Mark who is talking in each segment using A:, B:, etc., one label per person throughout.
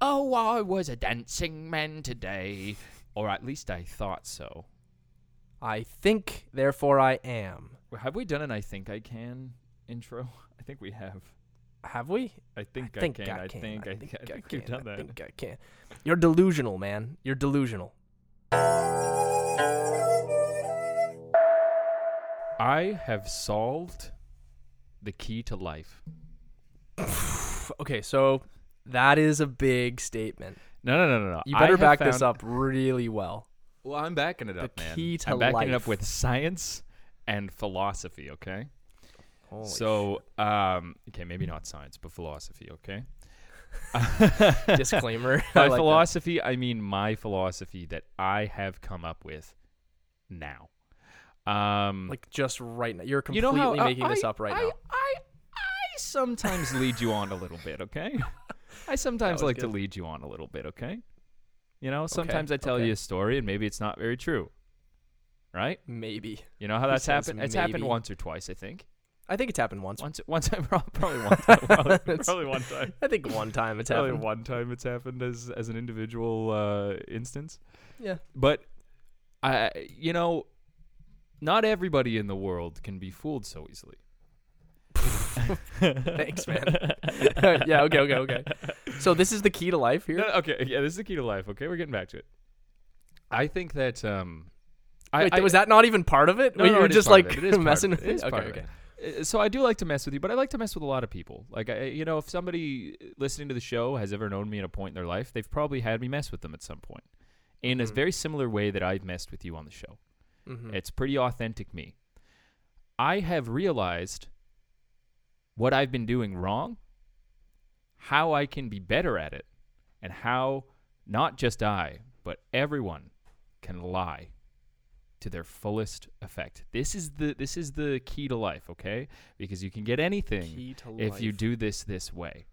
A: Oh, I was a dancing man today. Or at least I thought so.
B: I think, therefore I am.
A: Well, Have we done an I think I can intro? I think we have.
B: Have we?
A: I think I, can. I think I, think, I think we've
B: can,
A: done that.
B: I think I can. You're delusional, man. You're delusional.
A: I have solved the key to life.
B: Okay, so that is a big statement.
A: No, no, no, no, no.
B: You
A: I
B: better
A: have
B: back this
A: found-
B: up really well.
A: Well, I'm backing it up, man.
B: key to
A: I'm backing it
B: life.
A: up with science and philosophy. Okay.
B: Holy
A: so, um, okay, maybe not science, but philosophy. Okay.
B: disclaimer. I
A: By
B: like that.
A: philosophy, I mean my philosophy that I have come up with now. Um,
B: Like just right now. You're
A: you
B: completely
A: know how uh,
B: making this
A: I-
B: up right
A: I,
B: now.
A: I, I sometimes lead you on a little bit, okay? I sometimes
B: was
A: like to
B: good.
A: lead you on a little bit, okay? You know, sometimes I tell
B: okay.
A: you a story and maybe it's not very true, right?
B: Maybe.
A: You know how that's
B: says
A: happened? It's happened
B: maybe?
A: once or twice, I think.
B: I think it's happened once.
A: Once, once, probably one time. Probably,
B: It's-
A: probably one time.
B: I think one time it's
A: Probably
B: happened.
A: one time it's happened as as an individual uh, instance.
B: Yeah.
A: But I, you know, not everybody in the world can be fooled so easily.
B: Thanks, man. yeah, okay, okay, okay. So this is the key to life here.
A: No, no, okay, yeah, this is the key to life. Okay, we're getting back to it. I think that um, I,
B: Wait,
A: I-
B: was that not even part of it?
A: No,
B: Were
A: no,
B: you
A: it is
B: just
A: part of
B: like
A: it. It is part of
B: messing
A: it.
B: with
A: It is
B: Okay,
A: part of
B: okay.
A: it. Uh, so I do like to mess with you, but I like to mess with a lot of people. Like I, you know, if somebody listening to the show has ever known me at a point in their life, they've probably had me mess with them at some point, in
B: Mm-hmm.
A: a very similar way that I've messed with you on the show.
B: Mhm.
A: It's pretty authentic me. I have realized what I've been doing wrong, how I can be better at it, and how not just I, but everyone can lie to their fullest effect. This is the this is the key to life, okay? Because you can get anything
B: Key to
A: if you
B: life.
A: do this this way.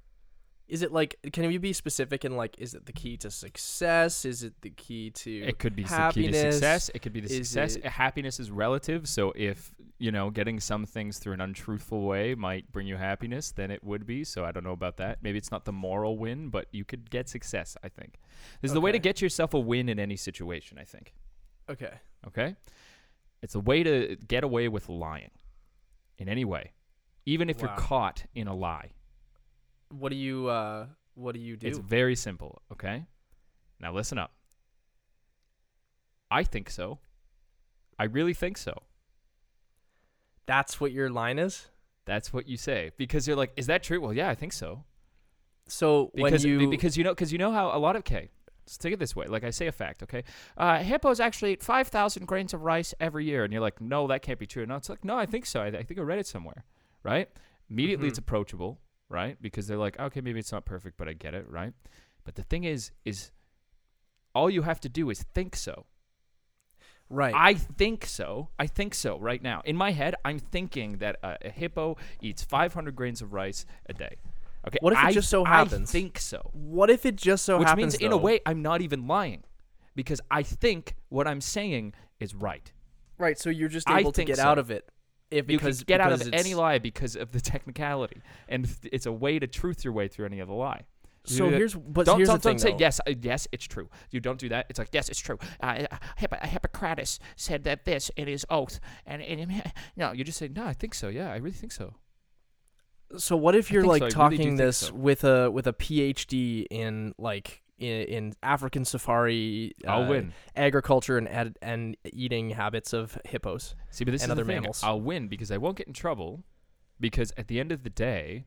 B: Is it like? Can you be specific in like? Is it the key to success? Is it the key to?
A: It could be the key to
B: happiness?
A: success. It could be the
B: Is
A: success.
B: it-
A: Happiness is relative. So if you know getting some things through an untruthful way might bring you happiness, then it would be. So I don't know about that. Maybe it's not the moral win, but you could get success. I think this is the way to
B: Okay.
A: get yourself a win in any situation. I think.
B: Okay.
A: Okay, it's a way to get away with lying in any way, even if
B: Wow.
A: you're caught in a lie.
B: What do you? uh What do you do?
A: It's very simple. Okay, now listen up. I think so. I really think so.
B: That's what your line is.
A: That's what you say because you're like, is that true? Well, yeah, I think so.
B: So
A: Because
B: when you
A: because you know because you know how a lot of okay. Let's take it this way. Like I say a fact, okay? Uh, hippos actually eat five thousand grains of rice every year, and you're like, no, that can't be true. No, it's like, no, I think so. I, I think I read it somewhere, right? Immediately,
B: Mm-hmm.
A: it's approachable, right? Because they're like, okay, maybe it's not perfect, but I get it, right? But the thing is, is all you have to do is think so.
B: right.
A: I think so. I think so right now. In my head, I'm thinking that uh, a hippo eats 500 grains of rice a day. Okay.
B: What if it
A: I-
B: just so happens?
A: I think so.
B: what if it just so
A: Which
B: happens?
A: means, in a
B: though-
A: way, I'm not even lying because I think what I'm saying is right.
B: right? So you're just
A: I
B: able to
A: think
B: get
A: so.
B: out of it. If
A: You can
B: because
A: get out
B: because
A: of
B: it's-
A: any lie because of the technicality, and th- it's a way to truth your way through any other lie. You
B: So
A: do that-
B: here's- but
A: don't,
B: here's the
A: don't, don't
B: thing,
A: say
B: though.
A: yes, uh, yes, it's true. You don't do that. It's like yes, it's true. Uh, uh, Hippo- uh, Hippocrates said that this in his oath, and, and no, you just say no. I think so. Yeah, I really think so.
B: So what if
A: I
B: you're
A: think
B: like
A: so. I really do think
B: talking this
A: so.
B: with a with a PhD in like in, in African safari? uh,
A: I'll win.
B: agriculture and ed- and eating habits of hippos.
A: See, but this
B: and
A: is
B: other
A: the thing.
B: mammals.
A: I'll win because I won't get in trouble. Because at the end of the day,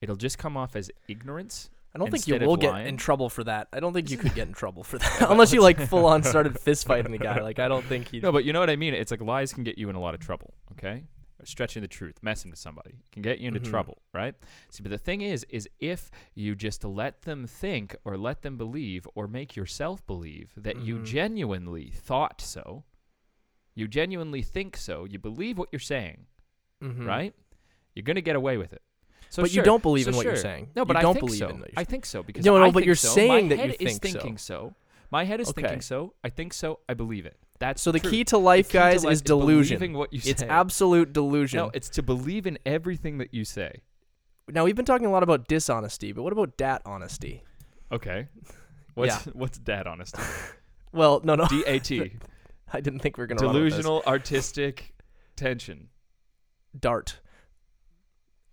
A: it'll just come off as ignorance.
B: I don't think you
A: instead of
B: will get
A: lying.
B: in trouble for that. I don't think you could get in trouble for that unless you like full on started fist fighting the guy. Like I don't think he.
A: No, but you know what I mean. It's like lies can get you in a lot of trouble. Okay, stretching the truth, messing with somebody can get you into
B: Mhm.
A: trouble, right? See, but the thing is, is if you just let them think or let them believe or make yourself believe that you
B: Mhm.
A: genuinely thought so, you genuinely think so, you believe what you're saying,
B: Mhm.
A: right? You're gonna get away with it. So
B: But you
A: sure-
B: don't believe
A: so
B: in what you're
A: sure.
B: saying.
A: No, but
B: you
A: I
B: don't
A: think
B: believe
A: so.
B: in what you're
A: I think so because
B: No, no,
A: I
B: but
A: think
B: you're
A: so.
B: saying
A: My
B: that you
A: head is
B: think so.
A: thinking so. My head is
B: Okay.
A: thinking so. I think so. I believe it. That's
B: So the
A: truth.
B: key to life,
A: key to
B: guys,
A: life
B: is
A: is
B: delusion.
A: believing what you
B: it's
A: say.
B: absolute delusion.
A: No, it's to believe in everything that you say.
B: now we've been talking a lot about dishonesty, but what about dat honesty?
A: Okay. What's what's dad honesty?
B: Well, no, no,
A: D A T.
B: I didn't think we were gonna run with this.
A: Delusional artistic tension.
B: dart.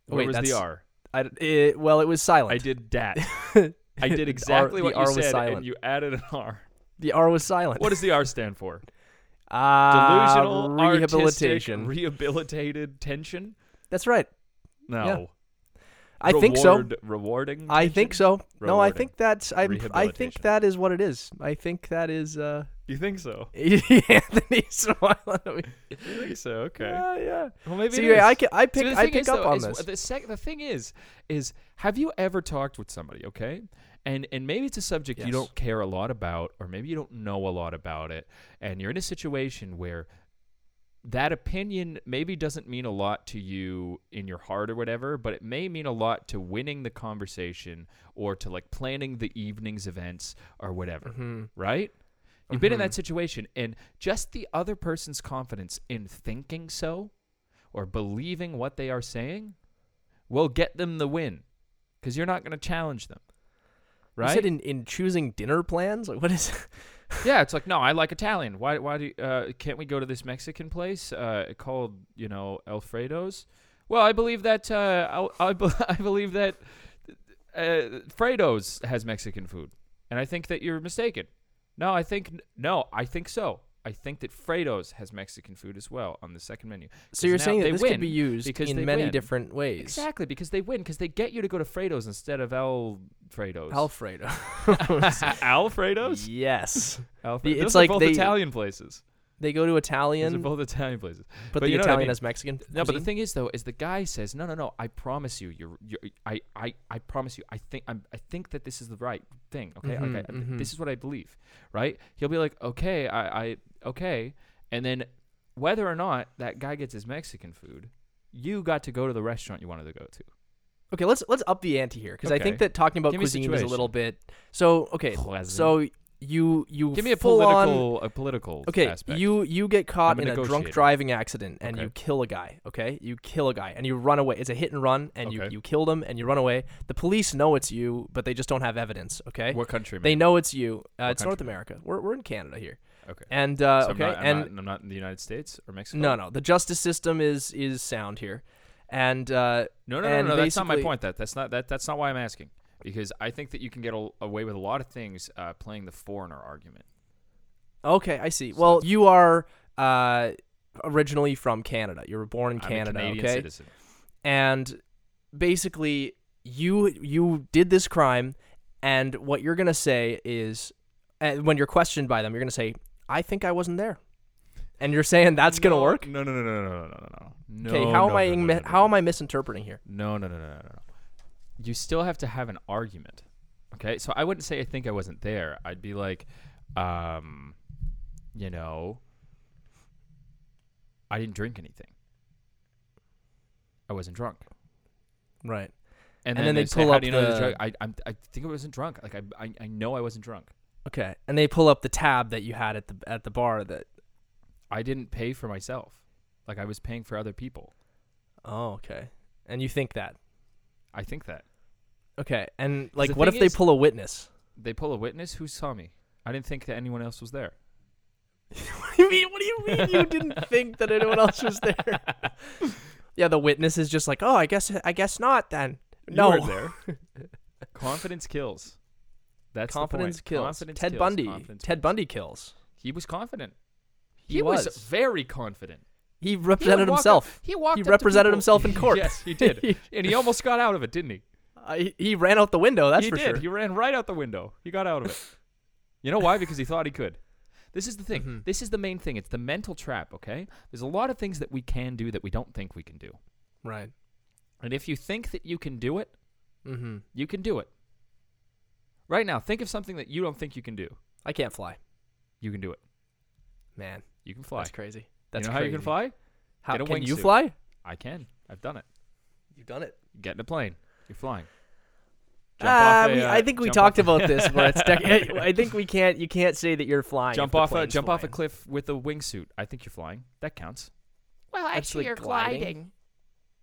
A: Where
B: Wait,
A: was the
B: that's-
A: R?
B: I d it, well, it was silent.
A: I did dat. I
B: The R-
A: did exactly
B: the
A: what
B: R
A: you
B: was
A: said,
B: silent.
A: and you added an R.
B: the R was silent.
A: What does the R stand for?
B: Ah,
A: Delusional
B: rehabilitation?
A: artistic, rehabilitated tension.
B: that's right.
A: No,
B: I think so.
A: Reward- Rewarding.
B: I think
A: tension?
B: so. No, I
A: Rewarding.
B: think that's I. I think
A: Rehabilitation.
B: that is what it is. I think that is. uh
A: You think so?
B: Anthony smiling at me.
A: You think so? Okay.
B: Yeah, yeah.
A: Well, maybe
B: See,
A: it is.
B: I can, I
A: See,
B: pick
A: the
B: I
A: thing
B: pick
A: is,
B: up
A: though,
B: on
A: is-
B: this.
A: The, sec- the thing is, is have you ever talked with somebody, okay? And and maybe it's a subject you
B: Yes.
A: don't care a lot about, or maybe you don't know a lot about it, and you're in a situation where that opinion maybe doesn't mean a lot to you in your heart or whatever, but it may mean a lot to winning the conversation or to like planning the evening's events or whatever,
B: Hmm,
A: right? You've been in that situation, and just the other person's confidence in thinking so or believing what they are saying will get them the win because you're not going to challenge them.
B: You
A: Right?
B: said in, in choosing dinner plans, like what is?
A: yeah, it's like, no, I like Italian. Why, why do you, uh, can't we go to this Mexican place uh, called, you know, Alfredo's? Well, I believe that, uh, I, I, be- I believe that uh, Fredo's has Mexican food. And I think that you're mistaken. No, I think, no, I think so. I think that Fredo's has Mexican food as well on the second menu. 'Cause
B: So you're
A: now
B: saying
A: they
B: that this
A: win
B: could be used
A: because they
B: in many
A: win.
B: different ways.
A: Exactly, because they win, because they get you to go to Fredo's instead of Alfredo's.
B: Alfredo.
A: Alfredo's?
B: yes.
A: Alfredo.
B: it's
A: Those
B: like
A: are both
B: they-
A: Italian places.
B: They go to
A: Those are
B: Italian,
A: both Italian places. but
B: but, the
A: you know what I
B: Italian
A: mean.
B: has Mexican.
A: No, but the
B: cuisine?
A: thing is, though, is the guy says, "No, no, no. I promise you. You're, you're I, I, I promise you. I think, I'm, I think that this is the right thing. Okay,
B: Mhm,
A: okay.
B: mhm.
A: This is what I believe. Right? He'll be like, okay, I, I, okay, and then whether or not that guy gets his Mexican food, you got to go to the restaurant you wanted to go to.
B: Okay, let's let's up the ante here because I
A: Okay.
B: think that talking about
A: Give me a
B: cuisine is a little
A: situation.
B: bit. So okay,
A: Pleasant.
B: so you you
A: Give me a
B: full on-
A: political, a political.
B: okay,
A: aspect.
B: you you get caught
A: I'm a
B: in a drunk
A: negotiator.
B: driving accident and
A: Okay.
B: you kill a guy. Okay, you kill a guy and you run away. It's a hit and run, and you
A: Okay.
B: you killed him and you run away. The police know it's you, but they just don't have evidence. Okay,
A: What country?
B: they
A: man?
B: know it's you. Uh, it's North
A: country?
B: America. We're we're in Canada here,
A: Okay.
B: and uh,
A: So
B: okay,
A: I'm not, I'm
B: and
A: not- I'm not in the United States or Mexico.
B: no, no, the justice system is is sound here, and uh,
A: no, no, no,
B: and
A: no, That's not my
B: basically-
A: point. That that's not that that's not why I'm asking. Because I think that you can get a, away with a lot of things uh, playing the foreigner argument.
B: Okay, I see. Well, you are uh, originally from Canada. You were born in
A: I'm
B: Canada,
A: a Canadian
B: okay?
A: citizen.
B: And basically, you you did this crime, and what you're gonna say is, uh, when you're questioned by them, you're gonna say, "I think I wasn't there," and you're saying that's gonna
A: No,
B: work.
A: No, no, no, no, no, no, no, no, no.
B: Okay,
A: No,
B: how
A: no,
B: am I
A: no, no,
B: mi-
A: no, no,
B: how am I misinterpreting here?
A: No, no, no, no, no, no. no. You still have to have an argument. Okay, so I wouldn't say I think I wasn't there. I'd be like, um, you know, I didn't drink anything. I wasn't drunk.
B: Right.
A: And,
B: And
A: then,
B: then
A: they
B: they'd
A: say,
B: pull
A: "How
B: up
A: do you know you're
B: the-
A: drunk?" I, I'm, I think I wasn't drunk. Like I, I, I know I wasn't drunk.
B: Okay, and they pull up the tab that you had at the at the bar. That
A: I didn't pay for myself. Like I was paying for other people.
B: oh, okay, and you think that
A: I think that
B: okay, and like
A: the
B: what if
A: thing
B: they
A: is-
B: pull a witness?
A: they pull a witness who saw me. I didn't think that anyone else was there.
B: What do you mean? What do you mean you didn't think that anyone else was there? yeah, the witness is just like, oh, I guess, I guess not. Then
A: You
B: no,
A: weren't there. Confidence kills. That's the point.
B: confidence kills.
A: Confidence
B: Ted
A: kills.
B: Bundy.
A: Confidence
B: Ted Bundy kills.
A: kills. He was confident.
B: He
A: was.
B: was.
A: very confident.
B: He
A: He would
B: represented
A: walk up-
B: himself.
A: he walked.
B: He
A: up to
B: represented
A: people-
B: himself in court.
A: yes, he did, and he almost got out of it, didn't he?
B: Uh, he, he ran out the window. That's
A: he
B: for
A: did.
B: sure.
A: He ran right out the window. He got out of it. you know why? Because he thought he could. This is the thing.
B: Mhm.
A: This is the main thing. It's the mental trap, okay? There's a lot of things that we can do that we don't think we can do.
B: right.
A: And if you think that you can do it,
B: Mm-hmm.
A: you can do it. Right now, think of something that you don't think you can do.
B: I can't fly,
A: You can do it.
B: man.
A: You can fly.
B: That's crazy.
A: you
B: That's
A: know
B: crazy.
A: how you can fly?
B: How
A: Get a
B: can you
A: wingsuit.
B: fly?
A: I can. I've done it.
B: You've done it.
A: Get in a plane. You're flying. Jump
B: Uh,
A: off a,
B: we,
A: uh,
B: I think we
A: jump
B: talked
A: off a-
B: about this. Where it's dec- I think we can't. You can't say that you're flying.
A: jump
B: if the
A: off a
B: plane's
A: jump off a
B: flying.
A: cliff with a wingsuit. I think you're flying. That counts. Well,
B: That's like gliding.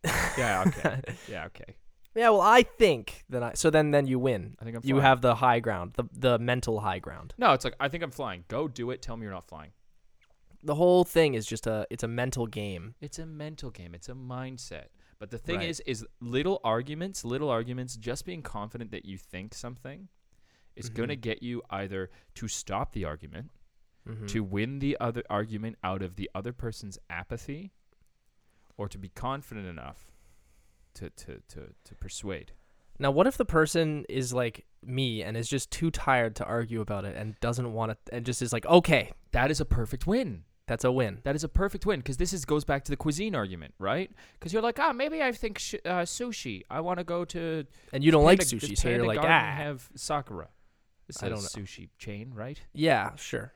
A: Yeah, okay. yeah, okay.
B: Yeah, well, I think then I so then then you win.
A: I think I'm
B: You
A: fine.
B: have the high ground, the the mental high ground.
A: No, it's like I think I'm flying. Go do it. Tell me you're not flying.
B: The whole thing is just a it's a mental game.
A: It's a mental game. It's a mindset. But the thing
B: Right.
A: is, is little arguments, little arguments, just being confident that you think something is
B: Mm-hmm.
A: going to get you either to stop the argument,
B: Mm.
A: to win the other argument out of the other person's apathy, or to be confident enough to to to, to persuade.
B: Now, what if the person is like me and is just too tired to argue about it and doesn't want to and just is like, "Okay,
A: That is a perfect win.
B: that's a win."
A: That is a perfect win because this is goes back to the cuisine argument, right? Because you're like, ah, maybe I think sh- uh, sushi. I want to go to
B: And you don't like
A: Panda-
B: sushi,
A: does
B: so you're
A: Panda
B: like,
A: Garden
B: "Ah,
A: have Sakura. This is
B: I
A: a
B: don't know.
A: sushi chain, right?
B: yeah, sure."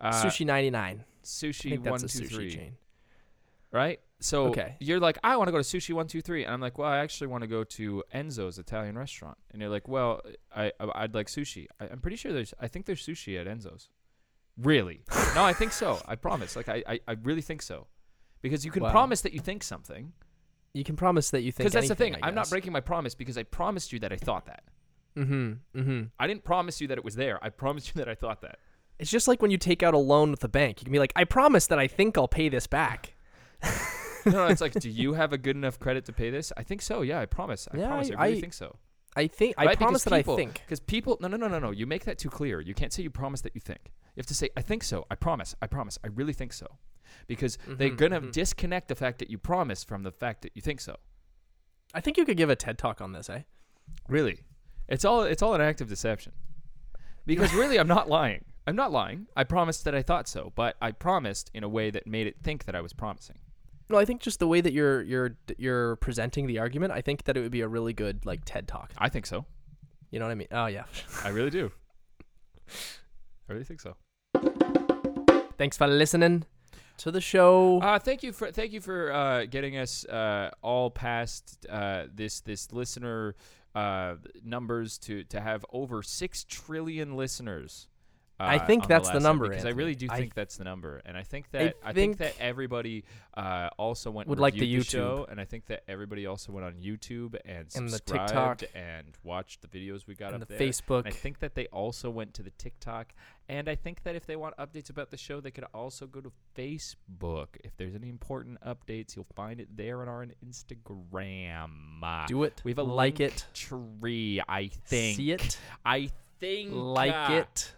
A: Uh,
B: sushi 99. I
A: sushi
B: think
A: one
B: that's
A: two
B: a
A: three,
B: sushi chain.
A: right? So
B: Okay.
A: you're like, I want to go to sushi one two three, and I'm like, well, I actually want to go to Enzo's Italian restaurant, and you're like, well, I I- I'd like sushi. I, I'm pretty sure there's, I think there's sushi at Enzo's. Really? no, I think so. I promise. Like, I I, I really think so, because you can
B: Wow.
A: promise that you think something.
B: You can promise that you think
A: Because that's the thing.
B: anything, I
A: I'm not
B: guess.
A: breaking my promise because I promised you that I thought that.
B: Mhm. Mhm.
A: I didn't promise you that it was there. I promised you that I thought that.
B: It's just like when you take out a loan with the bank. You can be like, "I promise that I think I'll pay this back."
A: No, no, it's like, do you have a good enough credit to pay this? I think so. Yeah, I promise. I
B: Yeah,
A: promise. I,
B: I-
A: really
B: I-
A: think so.
B: I think I promise that I think.
A: Because people, no, no, no, no, no. You make that too clear. You can't say you promise that you think. You have to say, I think so. I promise. I promise. I really think so. Because they're
B: Mhm,
A: going to
B: mhm.
A: disconnect the fact that you promise from the fact that you think so.
B: I think you could give a TED talk on this, eh?
A: Really. It's all, it's all an act of deception. Because really, I'm not lying. I'm not lying. I promised that I thought so, but I promised in a way that made it think that I was promising.
B: No, I think just the way that you're you're you're presenting the argument, I think that it would be a really good like TED talk.
A: I think so.
B: You know what I mean? Oh yeah.
A: I really do. I really think so.
B: Thanks for listening to the show.
A: Uh, thank you for thank you for uh, getting us uh, all past uh, this this listener uh, numbers to to have over six trillion listeners. Uh,
B: I think
A: on
B: that's the
A: last
B: number,
A: because I
B: Anthony.
A: really do
B: I-
A: think that's the number, and I think that I, think, that
B: think-
A: everybody uh, also went and
B: Would like the
A: reviewed
B: YouTube.
A: show, and I think that everybody also went on YouTube and
B: And the
A: subscribed
B: TikTok.
A: and watched the videos we got
B: and the
A: up there.
B: Facebook.
A: And I think that they also went to the TikTok. And I think that if they want updates about the show, they could also go to Facebook. If there's any important updates, you'll find it there on our Instagram.
B: Do it.
A: We have a
B: like
A: link
B: it.
A: tree, I think.
B: See it.
A: I think.
B: Like
A: uh,
B: it.